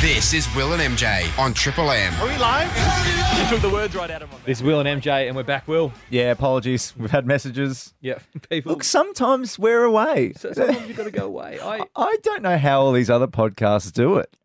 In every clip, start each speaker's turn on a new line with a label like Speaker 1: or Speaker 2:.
Speaker 1: This is Will and MJ on Triple M.
Speaker 2: Are we live? You took the words right out of my mouth.
Speaker 3: This is Will and MJ, and we're back, Will.
Speaker 4: Yeah, apologies. We've had messages.
Speaker 3: Yeah, people.
Speaker 4: Look, sometimes we're away.
Speaker 3: so sometimes you've got to go away. I,
Speaker 4: I don't know how all these other podcasts do it.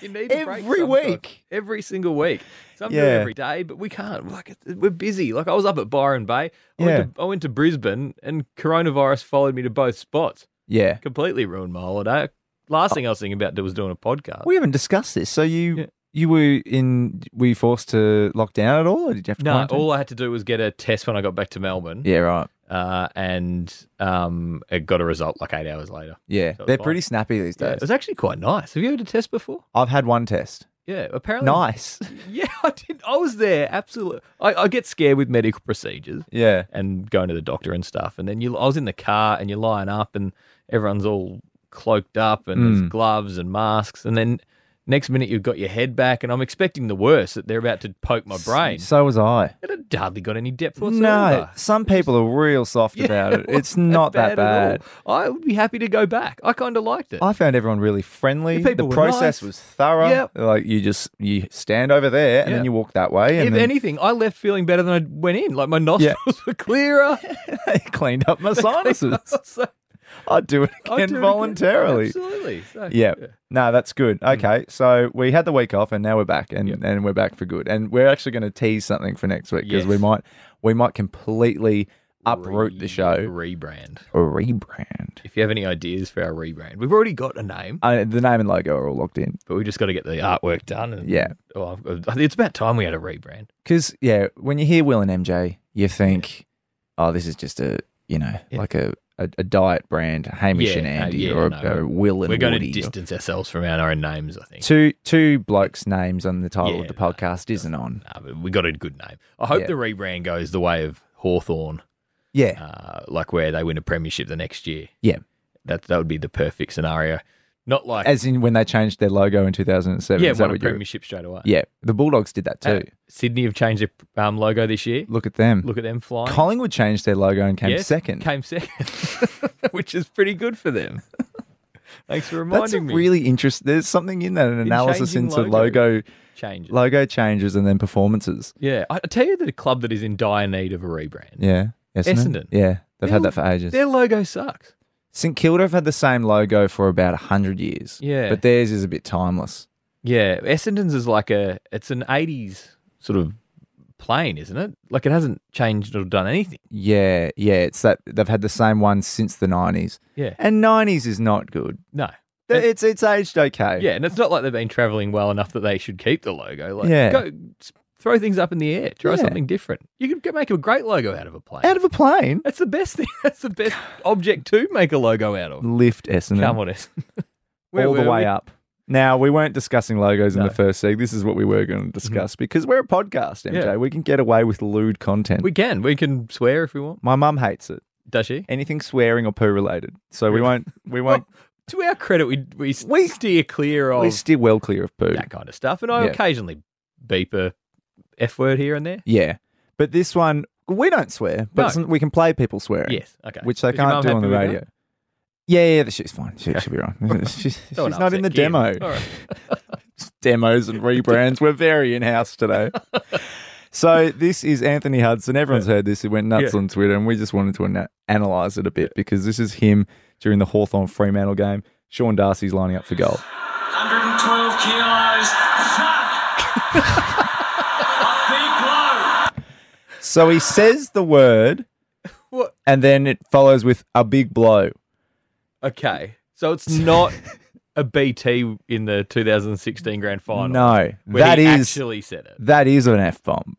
Speaker 3: you need a break
Speaker 4: Every
Speaker 3: sometime.
Speaker 4: week.
Speaker 3: Every single week. Some do
Speaker 4: Yeah.
Speaker 3: every day, but we can't. Like it- we're busy. Like I was up at Byron Bay. I,
Speaker 4: Yeah.
Speaker 3: went to, I went to Brisbane, and coronavirus followed me to both spots.
Speaker 4: Yeah.
Speaker 3: Completely ruined my holiday. Last thing I was thinking about was doing a podcast.
Speaker 4: We haven't discussed this. So you
Speaker 3: Yeah.
Speaker 4: you were in were you forced to lock down at all or did you have to
Speaker 3: no,
Speaker 4: quarantine?
Speaker 3: all I had to do was get a test when I got back to Melbourne,
Speaker 4: Yeah, right.
Speaker 3: uh, and um, it got a result like eight hours later.
Speaker 4: Yeah.
Speaker 3: So it's
Speaker 4: They're
Speaker 3: fine.
Speaker 4: pretty snappy these
Speaker 3: Yeah,
Speaker 4: days.
Speaker 3: it was actually quite nice. Have you had a test before?
Speaker 4: I've had one test.
Speaker 3: Yeah, apparently
Speaker 4: Nice.
Speaker 3: Yeah, I did. I was there. Absolutely. I, I get scared with medical procedures
Speaker 4: Yeah.
Speaker 3: and going to the doctor and stuff. And then you, I was in the car and you're lying up and everyone's all cloaked up and
Speaker 4: Mm.
Speaker 3: there's gloves and masks. And then next minute you've got your head back and I'm expecting the worst that they're about to poke my brain.
Speaker 4: So was I.
Speaker 3: And it hardly got any depth
Speaker 4: No,
Speaker 3: whatsoever.
Speaker 4: some people are real soft about it. It's not that
Speaker 3: at
Speaker 4: bad.
Speaker 3: all. I would be happy to go back. I kind of liked it.
Speaker 4: I found everyone really friendly.
Speaker 3: The people
Speaker 4: the
Speaker 3: were nice.
Speaker 4: process was thorough.
Speaker 3: Yep.
Speaker 4: Like you just you stand over there and
Speaker 3: Yeah.
Speaker 4: then you walk that way and
Speaker 3: if
Speaker 4: then
Speaker 3: anything, I left feeling better than I went in. Like my nostrils were clearer.
Speaker 4: they cleaned up my sinuses.
Speaker 3: So-
Speaker 4: I'd do it
Speaker 3: I'd
Speaker 4: again
Speaker 3: do it again.
Speaker 4: voluntarily.
Speaker 3: Absolutely. So,
Speaker 4: Yeah. No, that's good. Okay. So we had the week off and now we're back and,
Speaker 3: Yep.
Speaker 4: and we're back for good. And we're actually going to tease something for next week because we
Speaker 3: Yes.
Speaker 4: might we might completely uproot the show
Speaker 3: Rebrand.
Speaker 4: or rebrand.
Speaker 3: If you have any ideas for our rebrand, we've already got a name,
Speaker 4: Uh, the name and logo are all locked in.
Speaker 3: but we just got to get the artwork done. And,
Speaker 4: Yeah.
Speaker 3: Oh, I've got- it's about time we had a rebrand.
Speaker 4: Because yeah, when you hear Will and MJ, you think, oh, this is just a you know
Speaker 3: Yeah.
Speaker 4: like a, a, a diet brand, Hamish
Speaker 3: Yeah,
Speaker 4: and
Speaker 3: no,
Speaker 4: Andy,
Speaker 3: yeah,
Speaker 4: or,
Speaker 3: no.
Speaker 4: or Will and
Speaker 3: We're going
Speaker 4: Woody.
Speaker 3: to distance ourselves from our own names, I think.
Speaker 4: two two blokes' names on the title
Speaker 3: Yeah,
Speaker 4: of
Speaker 3: no,
Speaker 4: the podcast isn't on.
Speaker 3: Nah, but we got a good name. I hope
Speaker 4: Yeah.
Speaker 3: the rebrand goes the way of Hawthorn,
Speaker 4: Yeah,
Speaker 3: uh, like where they win a premiership the next year.
Speaker 4: Yeah.
Speaker 3: That that would be the perfect scenario. Not like
Speaker 4: as in when they changed their logo in two thousand and seven.
Speaker 3: yeah,
Speaker 4: is that
Speaker 3: won a
Speaker 4: what you?
Speaker 3: premiership straight away.
Speaker 4: Yeah, the Bulldogs did that too.
Speaker 3: Uh, Sydney have changed their um, logo this year.
Speaker 4: Look at them.
Speaker 3: Look at them flying.
Speaker 4: Collingwood changed their logo and came
Speaker 3: Yes,
Speaker 4: second.
Speaker 3: Came second, which is pretty good for them. Thanks for reminding
Speaker 4: That's a
Speaker 3: me.
Speaker 4: really interesting. There's something in that an analysis
Speaker 3: changing
Speaker 4: into
Speaker 3: logo.
Speaker 4: logo
Speaker 3: changes.
Speaker 4: logo changes and then performances.
Speaker 3: yeah, I I tell you, the club that is in dire need of a rebrand.
Speaker 4: Yeah,
Speaker 3: Essendon.
Speaker 4: Yeah, they've had that for ages.
Speaker 3: Their logo sucks.
Speaker 4: St Kilda have had the same logo for about 100 years.
Speaker 3: Yeah.
Speaker 4: But theirs is a bit timeless.
Speaker 3: Yeah, Essendon's is like a it's an '80s sort of plane, isn't it? Like it hasn't changed or done anything.
Speaker 4: Yeah, yeah, it's that they've had the same one since the 90s.
Speaker 3: Yeah,
Speaker 4: And 90s is not good.
Speaker 3: no.
Speaker 4: Th- It's it's aged okay.
Speaker 3: Yeah, and it's not like they've been traveling well enough that they should keep the logo. Like,
Speaker 4: Yeah.
Speaker 3: go s- throw things up in the air, try
Speaker 4: Yeah.
Speaker 3: something different. You could go- make a great logo out of a plane.
Speaker 4: Out of a plane,
Speaker 3: That's the best thing. That's the best object to make a logo out of.
Speaker 4: lift Essendon
Speaker 3: Come on, Essendon. Where
Speaker 4: all the
Speaker 3: were
Speaker 4: way
Speaker 3: we?
Speaker 4: up. Now, we weren't discussing logos in
Speaker 3: No. Mm-hmm.
Speaker 4: the first seg. This is what we were going to discuss because we're a podcast, MJ.
Speaker 3: Yeah.
Speaker 4: We can get away with lewd content.
Speaker 3: We can. We can swear if we want.
Speaker 4: My mum hates it.
Speaker 3: Does she?
Speaker 4: Anything swearing or poo related. So we won't we won't
Speaker 3: To our credit, we we,
Speaker 4: We-
Speaker 3: steer clear of
Speaker 4: we steer well clear of poo.
Speaker 3: that kind of stuff, and I
Speaker 4: Yeah.
Speaker 3: occasionally beep a f word here and there.
Speaker 4: Yeah. But this one, we don't swear, but
Speaker 3: No.
Speaker 4: some- we can play people swearing.
Speaker 3: Yes. Okay.
Speaker 4: Which they
Speaker 3: Is your
Speaker 4: can't
Speaker 3: mum
Speaker 4: do on
Speaker 3: happy
Speaker 4: the
Speaker 3: with that?
Speaker 4: radio. Yeah, yeah, the shit's fine. She, She'll be right. she's she's
Speaker 3: Don't
Speaker 4: not in the
Speaker 3: upset Kim.
Speaker 4: demo.
Speaker 3: All right.
Speaker 4: Demos and rebrands. We're very in house today. So this is Anthony Hudson. Everyone's heard this. It went nuts
Speaker 3: Yeah.
Speaker 4: on Twitter, and we just wanted to ana- analyse it a bit because this is him during the Hawthorn Fremantle game. Sean Darcy's lining up for goal.
Speaker 5: 112 kilos. Fuck. a big blow.
Speaker 4: So he says the word,
Speaker 3: What?
Speaker 4: and then it follows with a big blow.
Speaker 3: Okay. So it's not a BT in the 2016 grand final.
Speaker 4: No,
Speaker 3: Where
Speaker 4: that
Speaker 3: Oh, he
Speaker 4: is
Speaker 3: actually said it.
Speaker 4: That is an f bomb.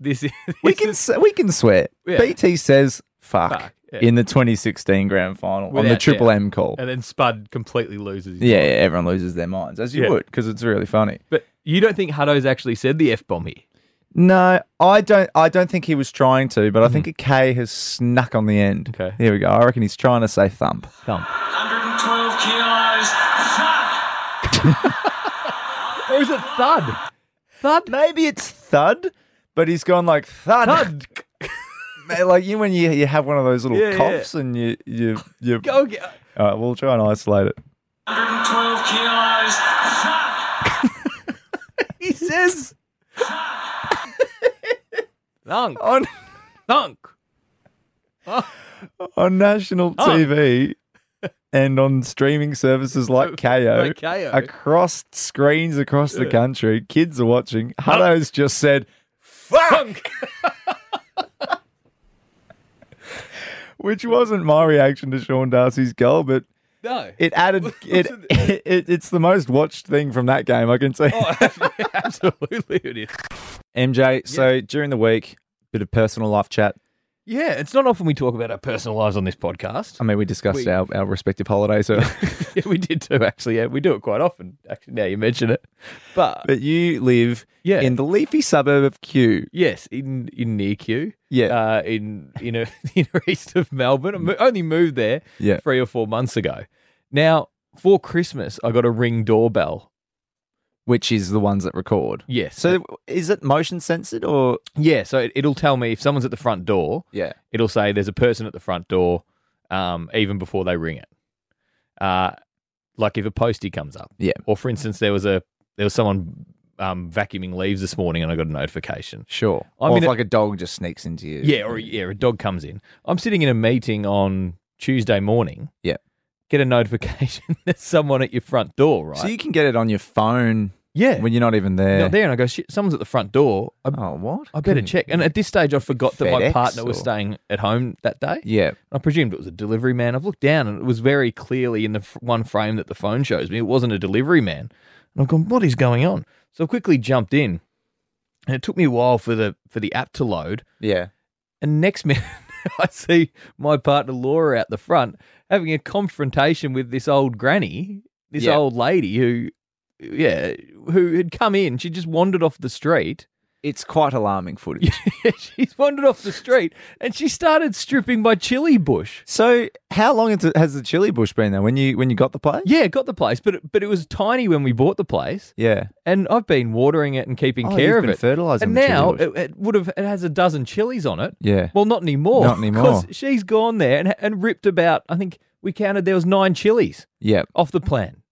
Speaker 3: This is
Speaker 4: We
Speaker 3: this
Speaker 4: can
Speaker 3: is
Speaker 4: s we can swear.
Speaker 3: Yeah.
Speaker 4: BT says fuck,
Speaker 3: Fuck, yeah.
Speaker 4: in the 2016 grand final on the
Speaker 3: Without
Speaker 4: Triple
Speaker 3: doubt.
Speaker 4: M call.
Speaker 3: and then Spud completely loses. His
Speaker 4: Yeah, yeah, everyone loses their minds as you
Speaker 3: Yeah.
Speaker 4: would because it's really funny.
Speaker 3: But you don't think Hutto's actually said the F bomb here?
Speaker 4: No, I don't. I don't think he was trying to, but I think a K has snuck on the end.
Speaker 3: Okay.
Speaker 4: here we go. I reckon he's trying to say thump.
Speaker 3: Thump.
Speaker 5: 112 kilos. Fuck.
Speaker 3: Or is it thud? Thud?
Speaker 4: Maybe it's thud, but he's gone like thud.
Speaker 3: Thud.
Speaker 4: Man, like you when you you have one of those little
Speaker 3: Yeah, yeah.
Speaker 4: coughs and you you you.
Speaker 3: Go get.
Speaker 4: All right, we'll try and isolate it.
Speaker 5: 112 kilos. Fuck.
Speaker 3: Thunk.
Speaker 4: on
Speaker 3: Thunk.
Speaker 4: on national
Speaker 3: Oh.
Speaker 4: TV and on streaming services like KO,
Speaker 3: Like KO.
Speaker 4: across screens across the country. Kids are watching. Hutto's just said,
Speaker 3: Thunk.
Speaker 4: which wasn't my reaction to Sean Darcy's goal, but
Speaker 3: No.
Speaker 4: it added it, it, It's the most watched thing from that game. I can say.
Speaker 3: Oh, absolutely it is.
Speaker 4: MJ. So during the week, bit of personal life chat.
Speaker 3: Yeah, it's not often we talk about our personal lives on this podcast.
Speaker 4: I mean, we discussed
Speaker 3: We-
Speaker 4: our, our respective holidays, earlier.
Speaker 3: yeah, we did too, actually. Yeah, we do it quite often. Actually, now you mention it. But
Speaker 4: but you live
Speaker 3: Yeah.
Speaker 4: in the leafy suburb of Kew.
Speaker 3: yes, in in near Kew,
Speaker 4: Yeah.
Speaker 3: uh, in you know the inner east of Melbourne. I mo- only moved there
Speaker 4: Yeah.
Speaker 3: three or four months ago. Now for Christmas, I got a ring doorbell.
Speaker 4: which is the ones that record.
Speaker 3: Yes,
Speaker 4: So is it motion censored or
Speaker 3: yeah, so it, it'll tell me if someone's at the front door.
Speaker 4: yeah?
Speaker 3: it'll say there's a person at the front door um, even before they ring it. Uh, like if a postie comes up.
Speaker 4: Yeah.
Speaker 3: Or for instance, there was a there was someone um, vacuuming leaves this morning and I got a notification.
Speaker 4: Sure.
Speaker 3: I
Speaker 4: or
Speaker 3: mean,
Speaker 4: if
Speaker 3: it-
Speaker 4: like a dog just sneaks into you.
Speaker 3: Yeah, or yeah, a dog comes in. I'm sitting in a meeting on Tuesday morning.
Speaker 4: Yeah.
Speaker 3: Get a notification there's someone at your front door, right?
Speaker 4: So you can get it on your phone
Speaker 3: yeah.
Speaker 4: when you're not even there.
Speaker 3: Not there and I go, shit, someone's at the front door. I,
Speaker 4: Oh, what?
Speaker 3: I better
Speaker 4: Couldn't-
Speaker 3: check. And at this stage I forgot that my
Speaker 4: FedEx
Speaker 3: partner was
Speaker 4: or-
Speaker 3: staying at home that day.
Speaker 4: Yeah.
Speaker 3: I presumed it was a delivery man. I've looked down and it was very clearly in the f- one frame that the phone shows me. It wasn't a delivery man. And I've gone, what is going on? So I quickly jumped in. And it took me a while for the for the app to load.
Speaker 4: Yeah.
Speaker 3: And next minute I see my partner Laura out the front having a confrontation with this old granny, this
Speaker 4: Yeah.
Speaker 3: old lady who yeah, who had come in. She just wandered off the street.
Speaker 4: It's quite alarming footage.
Speaker 3: She's wandered off the street and she started stripping my chili bush.
Speaker 4: so how long has the- has the chili bush been there? When you when you got the play?
Speaker 3: Yeah, got the place, but it, but it was tiny when we bought the place,
Speaker 4: Yeah.
Speaker 3: and I've been watering it and keeping
Speaker 4: Oh,
Speaker 3: care
Speaker 4: you've
Speaker 3: of
Speaker 4: been
Speaker 3: it.
Speaker 4: fertilising
Speaker 3: and
Speaker 4: the chili
Speaker 3: now
Speaker 4: bush.
Speaker 3: it, it would have it has a dozen chilies on it.
Speaker 4: Yeah.
Speaker 3: Well, not anymore.
Speaker 4: Not anymore.
Speaker 3: 'cause she's gone there and, and ripped about. I think we counted there was nine chilies
Speaker 4: Yeah.
Speaker 3: off the plan,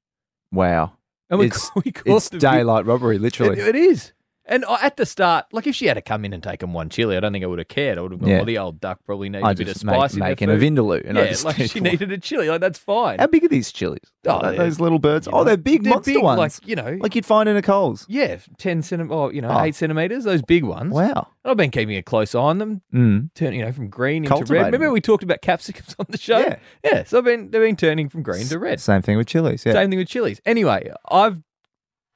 Speaker 4: Wow.
Speaker 3: and we
Speaker 4: It's-
Speaker 3: ca- we caught
Speaker 4: It's daylight robbery, literally.
Speaker 3: it is. And I- at the start, like if she had to come in and taken one chili, I don't think I would have cared. I would have gone,
Speaker 4: Yeah.
Speaker 3: "Well, the old duck probably needs
Speaker 4: I
Speaker 3: a bit of
Speaker 4: just
Speaker 3: spice
Speaker 4: make,
Speaker 3: in
Speaker 4: make
Speaker 3: her
Speaker 4: an
Speaker 3: food."
Speaker 4: vindaloo, and
Speaker 3: yeah,
Speaker 4: I just
Speaker 3: like
Speaker 4: need
Speaker 3: she
Speaker 4: one.
Speaker 3: needed a chili. Like that's fine.
Speaker 4: How big are these chilies?
Speaker 3: Oh,
Speaker 4: Like
Speaker 3: they're-
Speaker 4: those little birds.
Speaker 3: you
Speaker 4: Oh,
Speaker 3: know,
Speaker 4: they're big
Speaker 3: they're
Speaker 4: monster
Speaker 3: big,
Speaker 4: ones,
Speaker 3: like, you know-
Speaker 4: like you'd find in a Coles.
Speaker 3: Yeah, ten centimeters. Oh, you know,
Speaker 4: Oh.
Speaker 3: eight centimeters. Those big ones.
Speaker 4: Wow.
Speaker 3: And I've been keeping a close eye on them,
Speaker 4: Mm.
Speaker 3: turn you know from green into
Speaker 4: Cultivating
Speaker 3: red. Remember
Speaker 4: them.
Speaker 3: we talked about capsicums on the show?
Speaker 4: Yeah.
Speaker 3: yeah. So I've been they've been turning from green to red.
Speaker 4: Same thing with chilies. Yeah.
Speaker 3: Same thing with chilies. Anyway, I've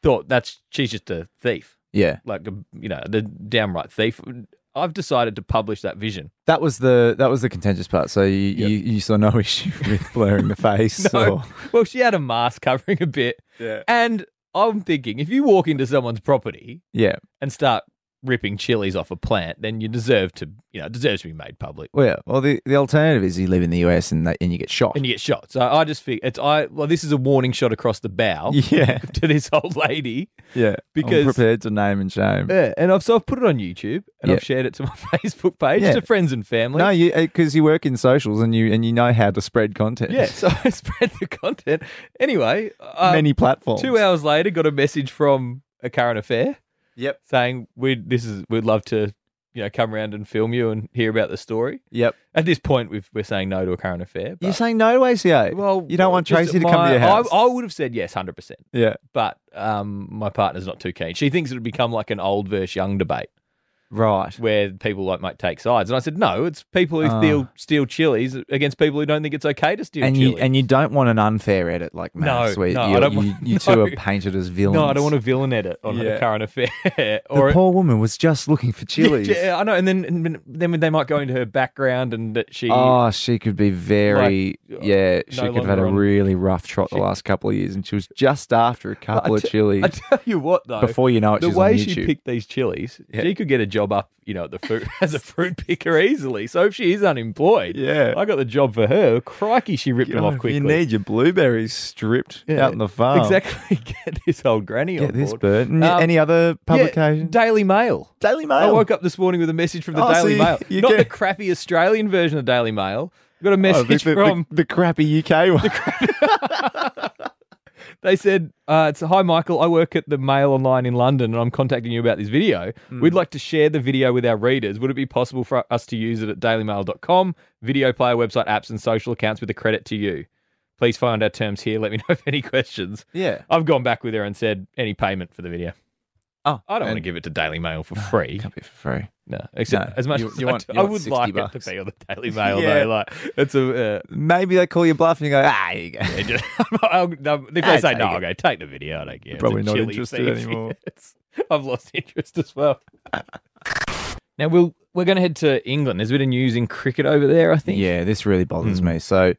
Speaker 3: thought that's she's just a thief,
Speaker 4: Yeah.
Speaker 3: like a, you know the downright thief. I've decided to publish that vision.
Speaker 4: That was the that was the contentious part. So you, you, you saw no issue with blurring the face.
Speaker 3: No.
Speaker 4: or-
Speaker 3: Well, she had a mask covering a bit,
Speaker 4: Yeah.
Speaker 3: and I'm thinking if you walk into someone's property
Speaker 4: Yeah.
Speaker 3: and start ripping chilies off a plant, then you deserve to you know it deserves to be made public.
Speaker 4: Well, yeah. well the, the alternative is you live in the US and that, and you get shot.
Speaker 3: and you get shot. So I just think it's I. Well, this is a warning shot across the bow
Speaker 4: yeah.
Speaker 3: to this old lady.
Speaker 4: Yeah.
Speaker 3: Because-
Speaker 4: I'm prepared to name and shame.
Speaker 3: Yeah, and I've so I've put it on YouTube and
Speaker 4: Yeah.
Speaker 3: I've shared it to my Facebook page
Speaker 4: Yeah.
Speaker 3: to friends and family.
Speaker 4: No, you because you work in socials and you and you know how to spread content.
Speaker 3: yeah, so I spread the content. Anyway, uh,
Speaker 4: Many platforms.
Speaker 3: two hours later, got a message from a current affair.
Speaker 4: Yep.
Speaker 3: saying we would this is we'd love to you know come around and film you and hear about the story.
Speaker 4: Yep.
Speaker 3: At this point, we've, we're saying no to a current affair.
Speaker 4: You're
Speaker 3: but-
Speaker 4: saying no to ACA.
Speaker 3: well,
Speaker 4: you don't want
Speaker 3: just
Speaker 4: Tracy to come to
Speaker 3: my-
Speaker 4: your house.
Speaker 3: I, I would have said yes, hundred percent.
Speaker 4: yeah.
Speaker 3: but um, my partner's not too keen. She thinks it'll become like an old versus young debate
Speaker 4: Right.
Speaker 3: where people like might take sides. And I said, no, it's people who
Speaker 4: Ah.
Speaker 3: steal steal chilies against people who don't think it's okay to steal
Speaker 4: and
Speaker 3: chilies.
Speaker 4: you and you don't want an unfair edit like Max,
Speaker 3: No,
Speaker 4: where
Speaker 3: no, I
Speaker 4: you,
Speaker 3: don't
Speaker 4: you,
Speaker 3: want-
Speaker 4: you two
Speaker 3: no.
Speaker 4: are painted as villains.
Speaker 3: no, I don't want a villain edit on
Speaker 4: Yeah.
Speaker 3: a current affair.
Speaker 4: The poor woman was just looking for chilies.
Speaker 3: yeah, I know. And then and then they might go into her background and that she.
Speaker 4: Oh, she could be very,
Speaker 3: Like, uh,
Speaker 4: yeah.
Speaker 3: no
Speaker 4: She could have had a
Speaker 3: longer on-
Speaker 4: really rough trot the last couple of years, and she was just after a
Speaker 3: I
Speaker 4: couple of
Speaker 3: te-
Speaker 4: chilies.
Speaker 3: I tell you what, though.
Speaker 4: Before you know it,
Speaker 3: the
Speaker 4: she's
Speaker 3: way
Speaker 4: on
Speaker 3: she
Speaker 4: YouTube.
Speaker 3: picked these chilies,
Speaker 4: Yeah.
Speaker 3: she could get a job up, you know, at the fruit as a fruit picker easily. So if she is unemployed,
Speaker 4: Yeah.
Speaker 3: I got the job for her. Crikey, she ripped them
Speaker 4: God,
Speaker 3: off quickly.
Speaker 4: You need your blueberries stripped
Speaker 3: Yeah,
Speaker 4: out in the farm.
Speaker 3: Exactly. Get this old granny
Speaker 4: Get
Speaker 3: on
Speaker 4: this
Speaker 3: board.
Speaker 4: bird. N-
Speaker 3: Um,
Speaker 4: Any other Oh, publication?
Speaker 3: Yeah, Daily Mail. Oh,
Speaker 4: Daily Mail.
Speaker 3: I woke up this morning with a message from the
Speaker 4: Oh, so
Speaker 3: Daily
Speaker 4: you-
Speaker 3: Mail.
Speaker 4: you
Speaker 3: Not
Speaker 4: get-
Speaker 3: the crappy Australian version of Daily Mail. Got a
Speaker 4: Oh, the-
Speaker 3: message
Speaker 4: the, the-
Speaker 3: from
Speaker 4: the, crappy UK one.
Speaker 3: They said, uh, "It's hi, Michael. I work at the Mail Online in London, and I'm contacting you about this video.
Speaker 4: Hmm.
Speaker 3: We'd like to share the video with our readers. Would it be possible for us to use it at DailyMail.com, video player, website, apps, and social accounts with a credit to you? Please find our terms here. Let me know if any questions.
Speaker 4: Yeah.
Speaker 3: I've gone back with her and said any payment for the video.
Speaker 4: Oh,
Speaker 3: I don't want to give it to Daily Mail for free.
Speaker 4: Can't be for free.
Speaker 3: No, except
Speaker 4: No,
Speaker 3: as much
Speaker 4: you-
Speaker 3: as
Speaker 4: you
Speaker 3: I,
Speaker 4: want-
Speaker 3: do-
Speaker 4: you
Speaker 3: I
Speaker 4: want
Speaker 3: would
Speaker 4: 60
Speaker 3: like it
Speaker 4: bucks.
Speaker 3: to be on the Daily Mail
Speaker 4: Yeah.
Speaker 3: though. Like it's a. Uh,
Speaker 4: Maybe they call you bluff and you go, ah, here you go.
Speaker 3: they do- I'll, no, if they
Speaker 4: Ah,
Speaker 3: say
Speaker 4: take
Speaker 3: no,
Speaker 4: it.
Speaker 3: I'll go take the video. I don't care. It's a
Speaker 4: probably not
Speaker 3: chilly
Speaker 4: interested
Speaker 3: thing.
Speaker 4: anymore.
Speaker 3: It's- I've lost interest as well. now we'll we're going to head to England. There's a bit of news in cricket over there. I think.
Speaker 4: Yeah, this really bothers me. So,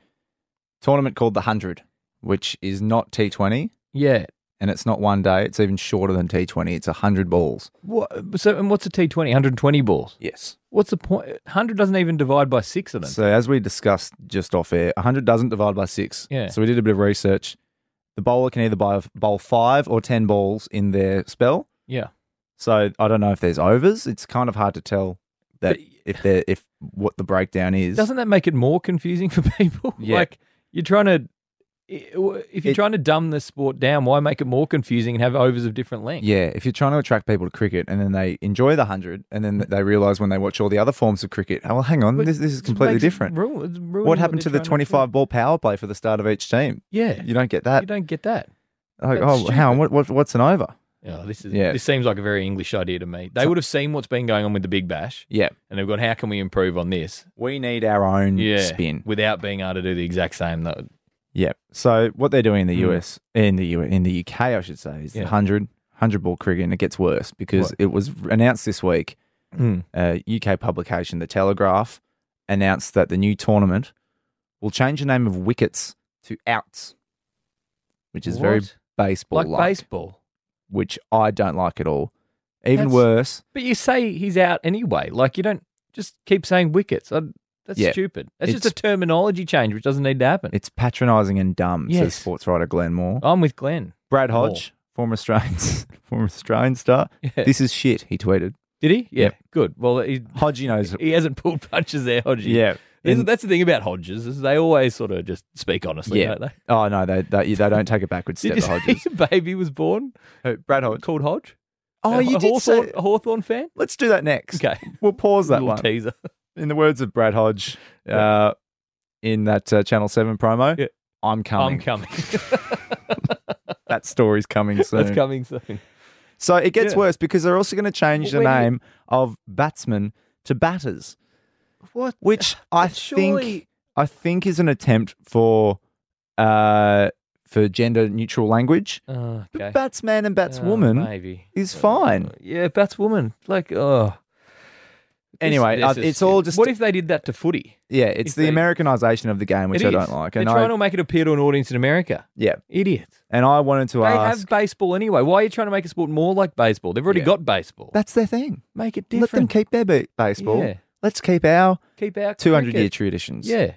Speaker 4: tournament called the Hundred, which is not T Twenty,
Speaker 3: Yeah.
Speaker 4: and it's not one day. It's even shorter than T Twenty. It's hundred balls.
Speaker 3: What, so and what's a T20? 120 balls.
Speaker 4: Yes.
Speaker 3: What's the point? 100 doesn't even divide by six of them.
Speaker 4: So, as we discussed just off air, hundred doesn't divide by six.
Speaker 3: Yeah.
Speaker 4: So we did a bit of research. The bowler can either bowl, bowl five or ten balls in their spell.
Speaker 3: yeah.
Speaker 4: So I don't know if there's overs. It's kind of hard to tell that
Speaker 3: But-
Speaker 4: if they're if what the breakdown is.
Speaker 3: Doesn't that make it more confusing for people?
Speaker 4: Yeah.
Speaker 3: Like you're trying to if you're
Speaker 4: It-
Speaker 3: trying to dumb the sport down, why make it more confusing and have overs of different length?
Speaker 4: Yeah, if you're trying to attract people to cricket and then they enjoy the 100 and then they realize when they watch all the other forms of cricket, oh, well, hang on,
Speaker 3: But
Speaker 4: this, this is
Speaker 3: it
Speaker 4: completely
Speaker 3: makes it
Speaker 4: different.
Speaker 3: ruin- it's ruining
Speaker 4: What happened to
Speaker 3: they're
Speaker 4: the
Speaker 3: trying do.
Speaker 4: 25 ball power play for the start of each team?
Speaker 3: Yeah.
Speaker 4: You don't get that.
Speaker 3: You don't get that.
Speaker 4: Like,
Speaker 3: that's
Speaker 4: oh, how? What, what, what's an over?
Speaker 3: Oh, this is
Speaker 4: Yeah.
Speaker 3: this seems like a very English idea to me. They would have seen what's been going on with the Big Bash
Speaker 4: Yeah.
Speaker 3: and they've gone, how can we improve on this?
Speaker 4: We need our own
Speaker 3: Yeah.
Speaker 4: Mm, spin.
Speaker 3: Without being able to do the exact same though.
Speaker 4: Yeah. So what they're doing in the
Speaker 3: Mm.
Speaker 4: US, in the U, in the UK, I should say, is the
Speaker 3: Yeah.
Speaker 4: 100, 100 ball cricket, and it gets worse because
Speaker 3: What?
Speaker 4: it was announced this week.
Speaker 3: Mm.
Speaker 4: uh, UK publication, The Telegraph, announced that the new tournament will change the name of wickets to outs, which is very
Speaker 3: What?
Speaker 4: baseball
Speaker 3: Like
Speaker 4: like,
Speaker 3: baseball.
Speaker 4: which I don't like at all. Even
Speaker 3: That's-
Speaker 4: worse,
Speaker 3: But you say he's out anyway. Like you don't just keep saying wickets. I, that's
Speaker 4: Yeah.
Speaker 3: stupid. That's just a
Speaker 4: It's-
Speaker 3: terminology change which doesn't need to happen.
Speaker 4: it's patronising and dumb,
Speaker 3: Yes.
Speaker 4: says sports writer Glenn Moore.
Speaker 3: I'm with Glenn.
Speaker 4: Brad
Speaker 3: Moore.
Speaker 4: Hodge, former Australian, former Australian star.
Speaker 3: Yeah.
Speaker 4: This is shit, he tweeted.
Speaker 3: Did he? Yeah.
Speaker 4: Yep.
Speaker 3: Good. Well, he
Speaker 4: Hodgie knows.
Speaker 3: he hasn't pulled punches there, Hodges.
Speaker 4: yeah.
Speaker 3: That's-
Speaker 4: And-
Speaker 3: that's the thing about Hodges is they always sort of just speak honestly,
Speaker 4: Yeah.
Speaker 3: don't they?
Speaker 4: oh, no, they, they, they don't take a backward step,
Speaker 3: Did you
Speaker 4: the
Speaker 3: say
Speaker 4: Hodges.
Speaker 3: your baby was born
Speaker 4: Who, Brad Hodge.
Speaker 3: called Hodge?
Speaker 4: Oh,
Speaker 3: a
Speaker 4: you did
Speaker 3: Hawthorne,
Speaker 4: say.
Speaker 3: a Hawthorne fan?
Speaker 4: Let's do that next.
Speaker 3: Okay.
Speaker 4: We'll pause that
Speaker 3: Little
Speaker 4: one.
Speaker 3: teaser.
Speaker 4: in the words of Brad Hodge uh, in that uh, Channel 7 promo,
Speaker 3: Yeah.
Speaker 4: I'm coming.
Speaker 3: I'm coming.
Speaker 4: that story's coming soon.
Speaker 3: that's coming soon.
Speaker 4: So it gets
Speaker 3: Yeah.
Speaker 4: worse because they're also going to change
Speaker 3: Well,
Speaker 4: the
Speaker 3: when you-
Speaker 4: name of batsmen to batters,
Speaker 3: What?
Speaker 4: which I
Speaker 3: But surely-
Speaker 4: think I think is an attempt for uh, for gender neutral language.
Speaker 3: Oh,
Speaker 4: But
Speaker 3: okay.
Speaker 4: Batsman and
Speaker 3: Oh,
Speaker 4: batswoman
Speaker 3: maybe.
Speaker 4: is fine.
Speaker 3: Yeah, batswoman. Like, oh.
Speaker 4: Anyway, uh,
Speaker 3: is-
Speaker 4: it's all just-
Speaker 3: What if they did that to footy?
Speaker 4: yeah, it's
Speaker 3: if
Speaker 4: the
Speaker 3: they-
Speaker 4: Americanization of the game, which
Speaker 3: It
Speaker 4: I
Speaker 3: is.
Speaker 4: don't like.
Speaker 3: They're
Speaker 4: And
Speaker 3: trying
Speaker 4: I,
Speaker 3: to make it appeal to an audience in America.
Speaker 4: yeah,
Speaker 3: Idiots.
Speaker 4: and I wanted to
Speaker 3: They
Speaker 4: ask.
Speaker 3: have baseball anyway. Why are you trying to make a sport more like baseball? They've already
Speaker 4: Yeah.
Speaker 3: got baseball.
Speaker 4: that's their thing.
Speaker 3: Make it
Speaker 4: Let them
Speaker 3: different.
Speaker 4: keep their ba- baseball.
Speaker 3: Yeah.
Speaker 4: Let's keep our
Speaker 3: keep our
Speaker 4: 200 year
Speaker 3: cricket.
Speaker 4: traditions,
Speaker 3: Yeah,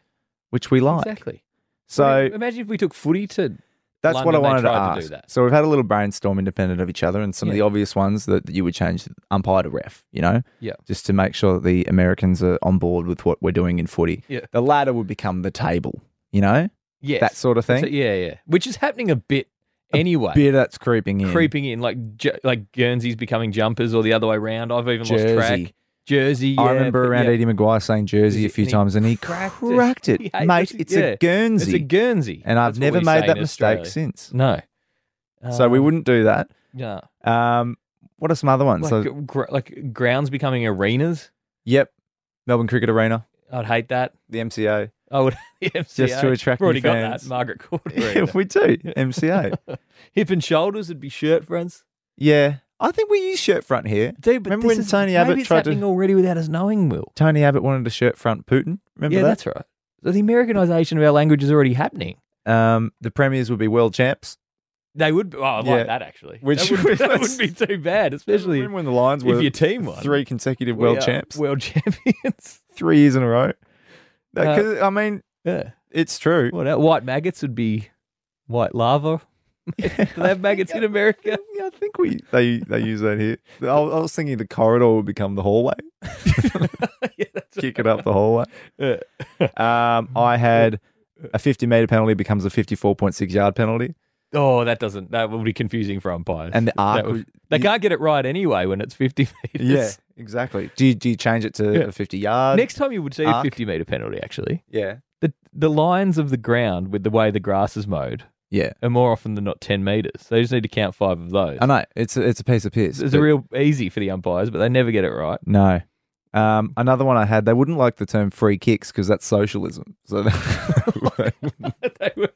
Speaker 4: which we like.
Speaker 3: exactly. I
Speaker 4: So
Speaker 3: mean, imagine if we took footy to.
Speaker 4: that's what I
Speaker 3: London, they
Speaker 4: wanted to
Speaker 3: tried to
Speaker 4: ask.
Speaker 3: do that.
Speaker 4: So we've had a little brainstorm independent of each other, and some of
Speaker 3: Yeah.
Speaker 4: the obvious ones that you would change umpire to ref, you know,
Speaker 3: Yeah.
Speaker 4: just to make sure that the Americans are on board with what we're doing in footy.
Speaker 3: Yeah.
Speaker 4: The ladder would become the table, you know,
Speaker 3: Yes.
Speaker 4: that sort of
Speaker 3: So,
Speaker 4: thing.
Speaker 3: yeah, yeah. Which is happening a bit anyway.
Speaker 4: Beer that's creeping in.
Speaker 3: Creeping in, like ju- like Guernseys becoming jumpers or the other way round. I've even
Speaker 4: Jersey.
Speaker 3: lost track. Jersey.
Speaker 4: I
Speaker 3: yeah,
Speaker 4: remember
Speaker 3: but
Speaker 4: around
Speaker 3: yeah.
Speaker 4: Eddie Maguire saying Jersey a
Speaker 3: And
Speaker 4: few
Speaker 3: he
Speaker 4: times, and he
Speaker 3: cracked
Speaker 4: cracked,
Speaker 3: it.
Speaker 4: it,
Speaker 3: He hates
Speaker 4: mate.
Speaker 3: it,
Speaker 4: It's
Speaker 3: yeah.
Speaker 4: a Guernsey,
Speaker 3: It's a Guernsey.
Speaker 4: and I've
Speaker 3: That's what
Speaker 4: never
Speaker 3: we say
Speaker 4: made that
Speaker 3: in
Speaker 4: mistake
Speaker 3: Australia.
Speaker 4: since.
Speaker 3: No.
Speaker 4: so we
Speaker 3: Um,
Speaker 4: wouldn't do that.
Speaker 3: Yeah.
Speaker 4: Um, what are some other ones?
Speaker 3: Like,
Speaker 4: so,
Speaker 3: gr- like grounds becoming arenas.
Speaker 4: Yep. Melbourne Cricket Arena,
Speaker 3: I'd hate that.
Speaker 4: the MCA.
Speaker 3: I would. the MCA.
Speaker 4: to attract
Speaker 3: We've already
Speaker 4: new
Speaker 3: got that.
Speaker 4: fans.
Speaker 3: Margaret Court. Arena.
Speaker 4: Yeah, we do. MCA.
Speaker 3: Hip and shoulders would be shirt fronts.
Speaker 4: yeah. I think we use shirt front here.
Speaker 3: Dude,
Speaker 4: Remember when Tony Abbott
Speaker 3: maybe it's
Speaker 4: tried to-
Speaker 3: happening already without us knowing, Will.
Speaker 4: Tony Abbott wanted a shirt front Putin. Remember
Speaker 3: yeah,
Speaker 4: that?
Speaker 3: that's right. So the Americanization of our language is already happening.
Speaker 4: Um, the premiers would be world champs.
Speaker 3: They would. Oh, I
Speaker 4: Yeah.
Speaker 3: like that actually.
Speaker 4: Which-
Speaker 3: that wouldn't, that wouldn't be too bad, especially
Speaker 4: Remember when the Lions
Speaker 3: if
Speaker 4: were
Speaker 3: your team won.
Speaker 4: three consecutive
Speaker 3: We
Speaker 4: world
Speaker 3: are
Speaker 4: champs,
Speaker 3: World champions.
Speaker 4: three years in a row. That- 'cause, I mean,
Speaker 3: Uh, Yeah.
Speaker 4: it's true.
Speaker 3: What? el- White maggots would be white lava. Do they have maggots in America?
Speaker 4: Yeah, I think we they they use that here. I was, I was thinking the corridor would become the hallway.
Speaker 3: yeah, that's
Speaker 4: Kick it up the hallway.
Speaker 3: right.
Speaker 4: Um, I had a 50 meter penalty becomes a 54.6 yard penalty.
Speaker 3: Oh, that doesn't. That would be confusing for umpires.
Speaker 4: And the arc
Speaker 3: that would-
Speaker 4: would-
Speaker 3: they can't get it right anyway when it's fifty meters.
Speaker 4: exactly. Do you, do you change it to
Speaker 3: Yeah.
Speaker 4: a 50 yard?
Speaker 3: Next time you would see a
Speaker 4: Uh, Arc.
Speaker 3: fifty meter penalty. Actually,
Speaker 4: Yeah.
Speaker 3: the the lines of the ground with the way the grass is mowed
Speaker 4: Yeah.
Speaker 3: are more often than not ten meters. So you just need to count five of those.
Speaker 4: I know. It's a, it's a piece of piss.
Speaker 3: It's
Speaker 4: but
Speaker 3: a real easy for the umpires, but they never get it right.
Speaker 4: No. Um, another one I had, they wouldn't like the term free kicks because that's socialism. So they,
Speaker 3: They were-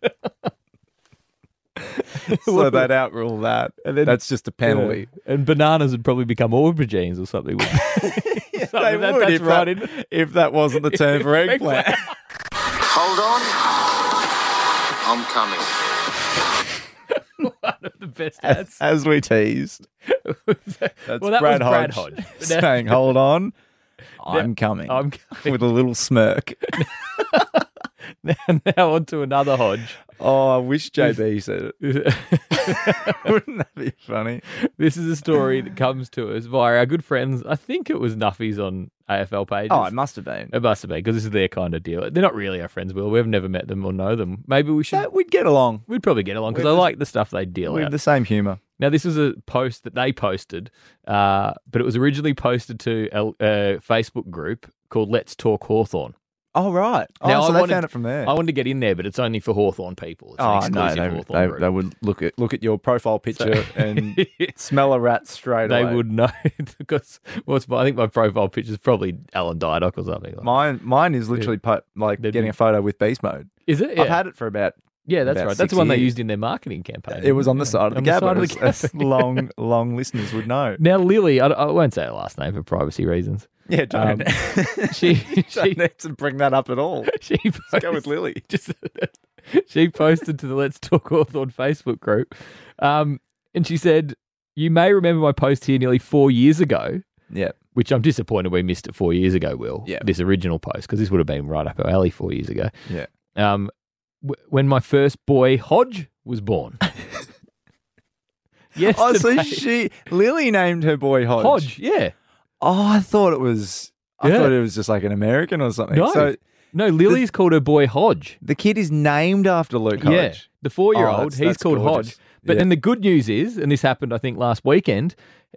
Speaker 4: so they'd outrule that. And then, that's just a penalty.
Speaker 3: And bananas would probably become aubergines or something. wouldn't they?
Speaker 4: They
Speaker 3: Something Oh, that-
Speaker 4: would
Speaker 3: that's
Speaker 4: if,
Speaker 3: right.
Speaker 4: that, if that wasn't the term for eggplant.
Speaker 6: Hold on. I'm coming.
Speaker 3: The best
Speaker 4: as, as we teased. That's
Speaker 3: Well, that
Speaker 4: Brad,
Speaker 3: was Brad
Speaker 4: Hodge,
Speaker 3: Hodge.
Speaker 4: saying, "Hold on, I'm coming,"
Speaker 3: I'm coming.
Speaker 4: with a little smirk.
Speaker 3: now, now on to another Hodge.
Speaker 4: Oh, I wish JB said it. Wouldn't that be funny?
Speaker 3: This is a story that comes to us via our good friends. I think it was Nuffy's on AFL pages.
Speaker 4: Oh, it must have been.
Speaker 3: it must have been because this is their kind of deal. They're not really our friends, Will. We've never met them or know them. Maybe we should.
Speaker 4: That Uh, we'd get along.
Speaker 3: We'd probably get along because
Speaker 4: We're
Speaker 3: I
Speaker 4: just-
Speaker 3: like the stuff they deal
Speaker 4: We
Speaker 3: out.
Speaker 4: have the same humour.
Speaker 3: Now, this was a post that they posted, uh, but it was originally posted to a, a Facebook group called Let's Talk Hawthorn.
Speaker 4: Oh right. Oh,
Speaker 3: Now,
Speaker 4: so
Speaker 3: I
Speaker 4: they
Speaker 3: wanted-
Speaker 4: found it from there.
Speaker 3: I wanted to get in there, but it's only for Hawthorn people. It's an
Speaker 4: oh no,
Speaker 3: exclusive
Speaker 4: they,
Speaker 3: Hawthorn
Speaker 4: they,
Speaker 3: group.
Speaker 4: they would look at look at your profile picture and smell a rat straight
Speaker 3: they
Speaker 4: away.
Speaker 3: would know because what's my, I think my profile picture is probably Alan Didock or something. Like.
Speaker 4: Mine, mine is literally po- like
Speaker 3: They'd
Speaker 4: getting
Speaker 3: be-
Speaker 4: a photo with beast mode.
Speaker 3: is it? Yeah,
Speaker 4: I've had it for about
Speaker 3: yeah that's
Speaker 4: about
Speaker 3: right.
Speaker 4: six
Speaker 3: That's the one they
Speaker 4: years.
Speaker 3: used in their marketing campaign.
Speaker 4: It was on the
Speaker 3: Yeah.
Speaker 4: side of the
Speaker 3: On the
Speaker 4: gap.
Speaker 3: side of the
Speaker 4: as
Speaker 3: gap.
Speaker 4: long, long listeners would know.
Speaker 3: Now, Lily, I, I won't say her last name for privacy reasons.
Speaker 4: Yeah,
Speaker 3: don't. She,
Speaker 4: she,
Speaker 3: Um, she,
Speaker 4: don't need to bring that up at all.
Speaker 3: she
Speaker 4: Let's go with
Speaker 3: posted-
Speaker 4: Lily.
Speaker 3: just she posted to the Let's Talk Hawthorn Facebook group, um, and she said, "You may remember my post here nearly four years ago,
Speaker 4: Yeah,
Speaker 3: which I'm disappointed we missed it four years ago. Will
Speaker 4: Yeah.
Speaker 3: this original post because this would have been right up our alley four years ago.
Speaker 4: Yeah.
Speaker 3: um, w- when my first boy Hodge was born. yes,
Speaker 4: Oh, so she Lily named her boy Hodge.
Speaker 3: Hodge, yeah,
Speaker 4: Oh, I thought it was. I
Speaker 3: Yeah.
Speaker 4: thought it was just like an American or something.
Speaker 3: No.
Speaker 4: So
Speaker 3: no, Lily's called her boy Hodge.
Speaker 4: the kid is named after Luke Hodge.
Speaker 3: Yeah, the
Speaker 4: Oh,
Speaker 3: four-year-old.
Speaker 4: that's-
Speaker 3: he's
Speaker 4: that's
Speaker 3: called
Speaker 4: gorgeous.
Speaker 3: Hodge. But
Speaker 4: Yeah.
Speaker 3: then the good news is, and this happened, I think, last weekend.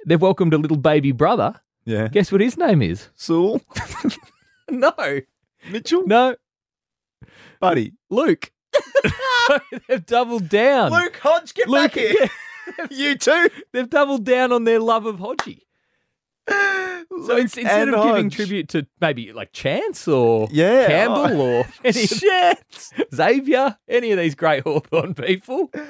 Speaker 3: They've welcomed a little baby brother.
Speaker 4: Yeah.
Speaker 3: Guess what his name is?
Speaker 4: Sewell,
Speaker 3: No,
Speaker 4: Mitchell,
Speaker 3: no,
Speaker 4: buddy,
Speaker 3: Luke. they've doubled down.
Speaker 4: Hodge, get
Speaker 3: Luke, yeah,
Speaker 4: you too.
Speaker 3: they've doubled down on their love of Hodgie. So it's, instead
Speaker 4: and
Speaker 3: of giving
Speaker 4: Hodge.
Speaker 3: tribute to maybe like Chance or
Speaker 4: Yeah.
Speaker 3: Campbell or any of, Xavier, any of these great Hawthorn people, they've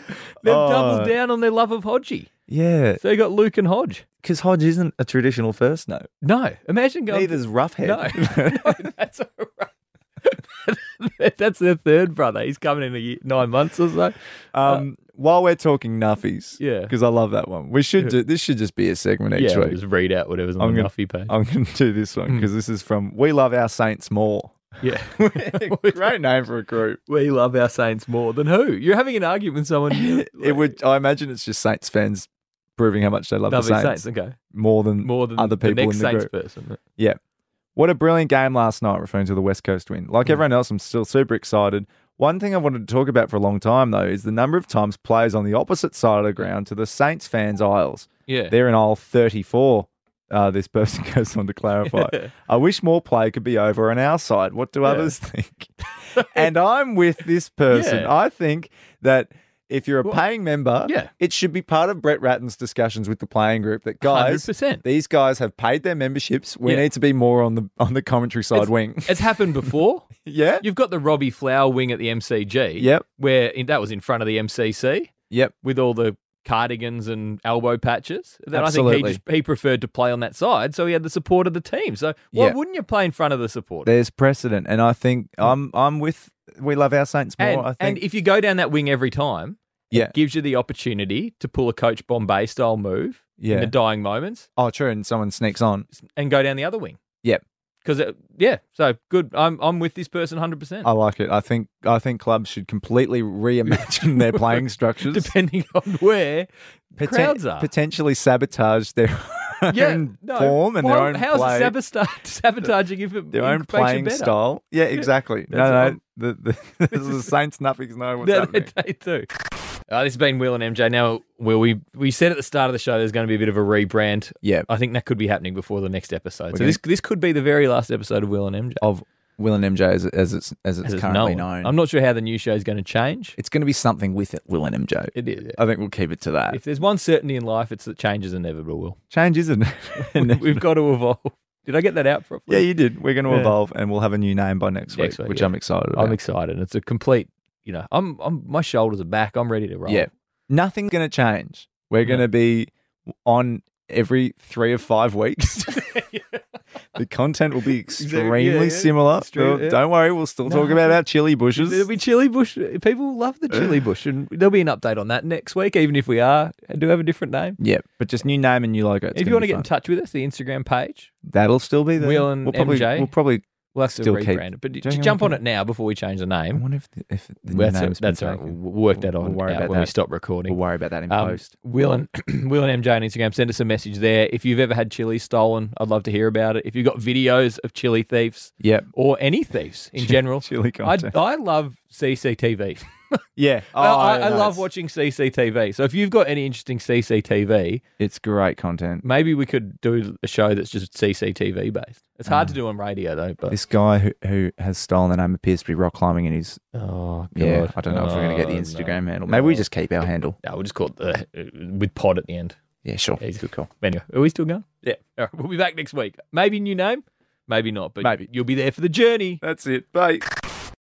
Speaker 4: Oh.
Speaker 3: doubled down on their love of Hodgie.
Speaker 4: Yeah,
Speaker 3: So you got Luke and Hodge.
Speaker 4: because Hodge isn't a traditional first name.
Speaker 3: No, imagine going.
Speaker 4: Neither's Roughhead.
Speaker 3: No, no, that's all right. that's their third brother. He's coming in a year, nine months or so.
Speaker 4: Um, while we're talking nuffies,
Speaker 3: Uh, Yeah.
Speaker 4: because I love that one. We should do this. Should just be a segment each
Speaker 3: yeah, we'll
Speaker 4: week.
Speaker 3: just Hmm. read out whatever's on
Speaker 4: I'm
Speaker 3: the
Speaker 4: gonna-
Speaker 3: Nuffy page.
Speaker 4: I'm going to do this one because this is from We Love Our Saints More.
Speaker 3: yeah,
Speaker 4: Great name for a group.
Speaker 3: we love our saints more than who? You're having an argument with someone.
Speaker 4: It would. I imagine it's just Saints fans proving how much they love the Saints,
Speaker 3: Okay,
Speaker 4: more than
Speaker 3: more than
Speaker 4: other people
Speaker 3: the next
Speaker 4: in the
Speaker 3: saints
Speaker 4: group.
Speaker 3: person.
Speaker 4: Yeah. What a brilliant game last night, referring to the West Coast win. Like
Speaker 3: Hmm.
Speaker 4: everyone else, I'm still super excited. One thing I wanted to talk about for a long time, though, is the number of times players on the opposite side of the ground to the Saints fans' aisles.
Speaker 3: Yeah,
Speaker 4: They're in aisle 34. Uh, this person goes on to clarify. I wish more play could be over on our side. What do others think? and I'm with this person.
Speaker 3: Yeah.
Speaker 4: I think that if you're a paying member,
Speaker 3: yeah.
Speaker 4: it should be part of Brett Ratton's discussions with the playing group that guys,
Speaker 3: 100%.
Speaker 4: these guys have paid their memberships. We
Speaker 3: Yeah.
Speaker 4: need to be more on the on the commentary side wing.
Speaker 3: it's happened before.
Speaker 4: yeah.
Speaker 3: You've got the Robbie Flower wing at the MCG.
Speaker 4: Yep.
Speaker 3: where in, that was in front of the MCC.
Speaker 4: Yep.
Speaker 3: with all the cardigans and elbow patches. That I think
Speaker 4: Absolutely.
Speaker 3: he just he preferred to play on that side, so he had the support of the team. So why
Speaker 4: Yeah.
Speaker 3: wouldn't you play in front of the support?
Speaker 4: There's precedent, and I think I'm I'm with. We love our Saints more.
Speaker 3: and,
Speaker 4: I think.
Speaker 3: and if you go down that wing every time,
Speaker 4: yeah.
Speaker 3: gives you the opportunity to pull a Coach Bombay style move
Speaker 4: Yeah.
Speaker 3: in the dying moments
Speaker 4: Oh, true. And someone sneaks on.
Speaker 3: and go down the other wing.
Speaker 4: Yep.
Speaker 3: Because uh, yeah, so good. I'm I'm with this person 100. percent
Speaker 4: I like it. I think I think clubs should completely reimagine their playing structures,
Speaker 3: Depending on where
Speaker 4: Poten-
Speaker 3: crowds are.
Speaker 4: potentially sabotage their
Speaker 3: yeah,
Speaker 4: own
Speaker 3: no.
Speaker 4: form and
Speaker 3: Why-
Speaker 4: their own
Speaker 3: how's
Speaker 4: play,
Speaker 3: it sabotage, sabotaging if it
Speaker 4: their
Speaker 3: it
Speaker 4: own
Speaker 3: makes you
Speaker 4: playing
Speaker 3: better?
Speaker 4: style. Yeah, exactly.
Speaker 3: that's
Speaker 4: no,
Speaker 3: what
Speaker 4: no, the, the, the Saints nothings know what's
Speaker 3: Yeah,
Speaker 4: happening.
Speaker 3: they, they do. Uh, this has been Will and MJ. Now, Will, we, we said at the start of the show there's going to be a bit of a rebrand.
Speaker 4: Yeah.
Speaker 3: I think that could be happening before the next episode. so
Speaker 4: gonna-
Speaker 3: this this could be the very last episode of Will and MJ.
Speaker 4: Of Will and MJ as, as it's as it's
Speaker 3: as it's
Speaker 4: currently known.
Speaker 3: known. I'm not sure how the new show is going to change.
Speaker 4: it's going to be something with it, Will and MJ.
Speaker 3: It is. yeah.
Speaker 4: I think we'll keep it to that.
Speaker 3: If there's one certainty in life, it's that changes inevitable. Will
Speaker 4: Change isn't.
Speaker 3: we've got to evolve. Did I get that out properly?
Speaker 4: yeah, you did. We're going to
Speaker 3: Yeah.
Speaker 4: evolve, and we'll have a new name by next,
Speaker 3: Next
Speaker 4: week,
Speaker 3: week,
Speaker 4: which
Speaker 3: yeah.
Speaker 4: I'm excited about.
Speaker 3: I'm excited. It's a complete. You know, I'm. I'm. My shoulders are back. I'm ready to roll.
Speaker 4: Yeah. Nothing's going to change. We're going to be on every three or five weeks. the content will be extremely
Speaker 3: yeah, yeah.
Speaker 4: similar.
Speaker 3: Extreme,
Speaker 4: Don't-
Speaker 3: yeah.
Speaker 4: Don't worry, we'll still talk
Speaker 3: No.
Speaker 4: about our chili bushes.
Speaker 3: It'll be chili bush. People love the chili bush, and there'll be an update on that next week. Even if we are do have a different name.
Speaker 4: yeah, but just new name and new logo.
Speaker 3: if
Speaker 4: It's
Speaker 3: you
Speaker 4: gonna
Speaker 3: want
Speaker 4: be
Speaker 3: to get in
Speaker 4: fun.
Speaker 3: touch with us, the Instagram page,
Speaker 4: that'll still be there.
Speaker 3: Will and
Speaker 4: we'll probably,
Speaker 3: MJ.
Speaker 4: We'll probably.
Speaker 3: we'll have to
Speaker 4: Still keep-
Speaker 3: rebrand it. But
Speaker 4: Do you
Speaker 3: j-
Speaker 4: reckon
Speaker 3: jump
Speaker 4: we
Speaker 3: on
Speaker 4: can-
Speaker 3: it now before we change the
Speaker 4: I
Speaker 3: name.
Speaker 4: wonder if the, if the
Speaker 3: Well, That's,
Speaker 4: name's been
Speaker 3: that's all right. We'll
Speaker 4: taken.
Speaker 3: work that on
Speaker 4: We'll worry
Speaker 3: out
Speaker 4: about
Speaker 3: when we
Speaker 4: that.
Speaker 3: stop recording.
Speaker 4: We'll worry about that in
Speaker 3: Um,
Speaker 4: post.
Speaker 3: Will and Will and MJ on Instagram, send us a message there. If you've ever had chili stolen, I'd love to hear about it. If you've got videos of chili thieves
Speaker 4: Yep.
Speaker 3: or any thieves in general,
Speaker 4: Chili
Speaker 3: I,
Speaker 4: content.
Speaker 3: I love CCTV.
Speaker 4: yeah.
Speaker 3: I, I,
Speaker 4: Oh,
Speaker 3: I
Speaker 4: no,
Speaker 3: love
Speaker 4: it's-
Speaker 3: watching CCTV. So if you've got any interesting CCTV,
Speaker 4: It's great content.
Speaker 3: maybe we could do a show that's just CCTV based. It's hard to do on radio though, but
Speaker 4: Mm. This guy who, who has stolen the name appears to be rock climbing and he's.
Speaker 3: oh god,
Speaker 4: Yeah, I don't know if we're going to get the
Speaker 3: Oh, no.
Speaker 4: Instagram handle. Maybe we just keep our handle.
Speaker 3: No, we'll just call it the, uh, with pod at the end.
Speaker 4: Yeah, sure.
Speaker 3: Yeah, good call. Anyway, are we still going? Yeah. All right, we'll be back next week. Maybe new name, maybe not, but
Speaker 4: Maybe.
Speaker 3: you'll be there for the journey.
Speaker 4: That's it. Bye.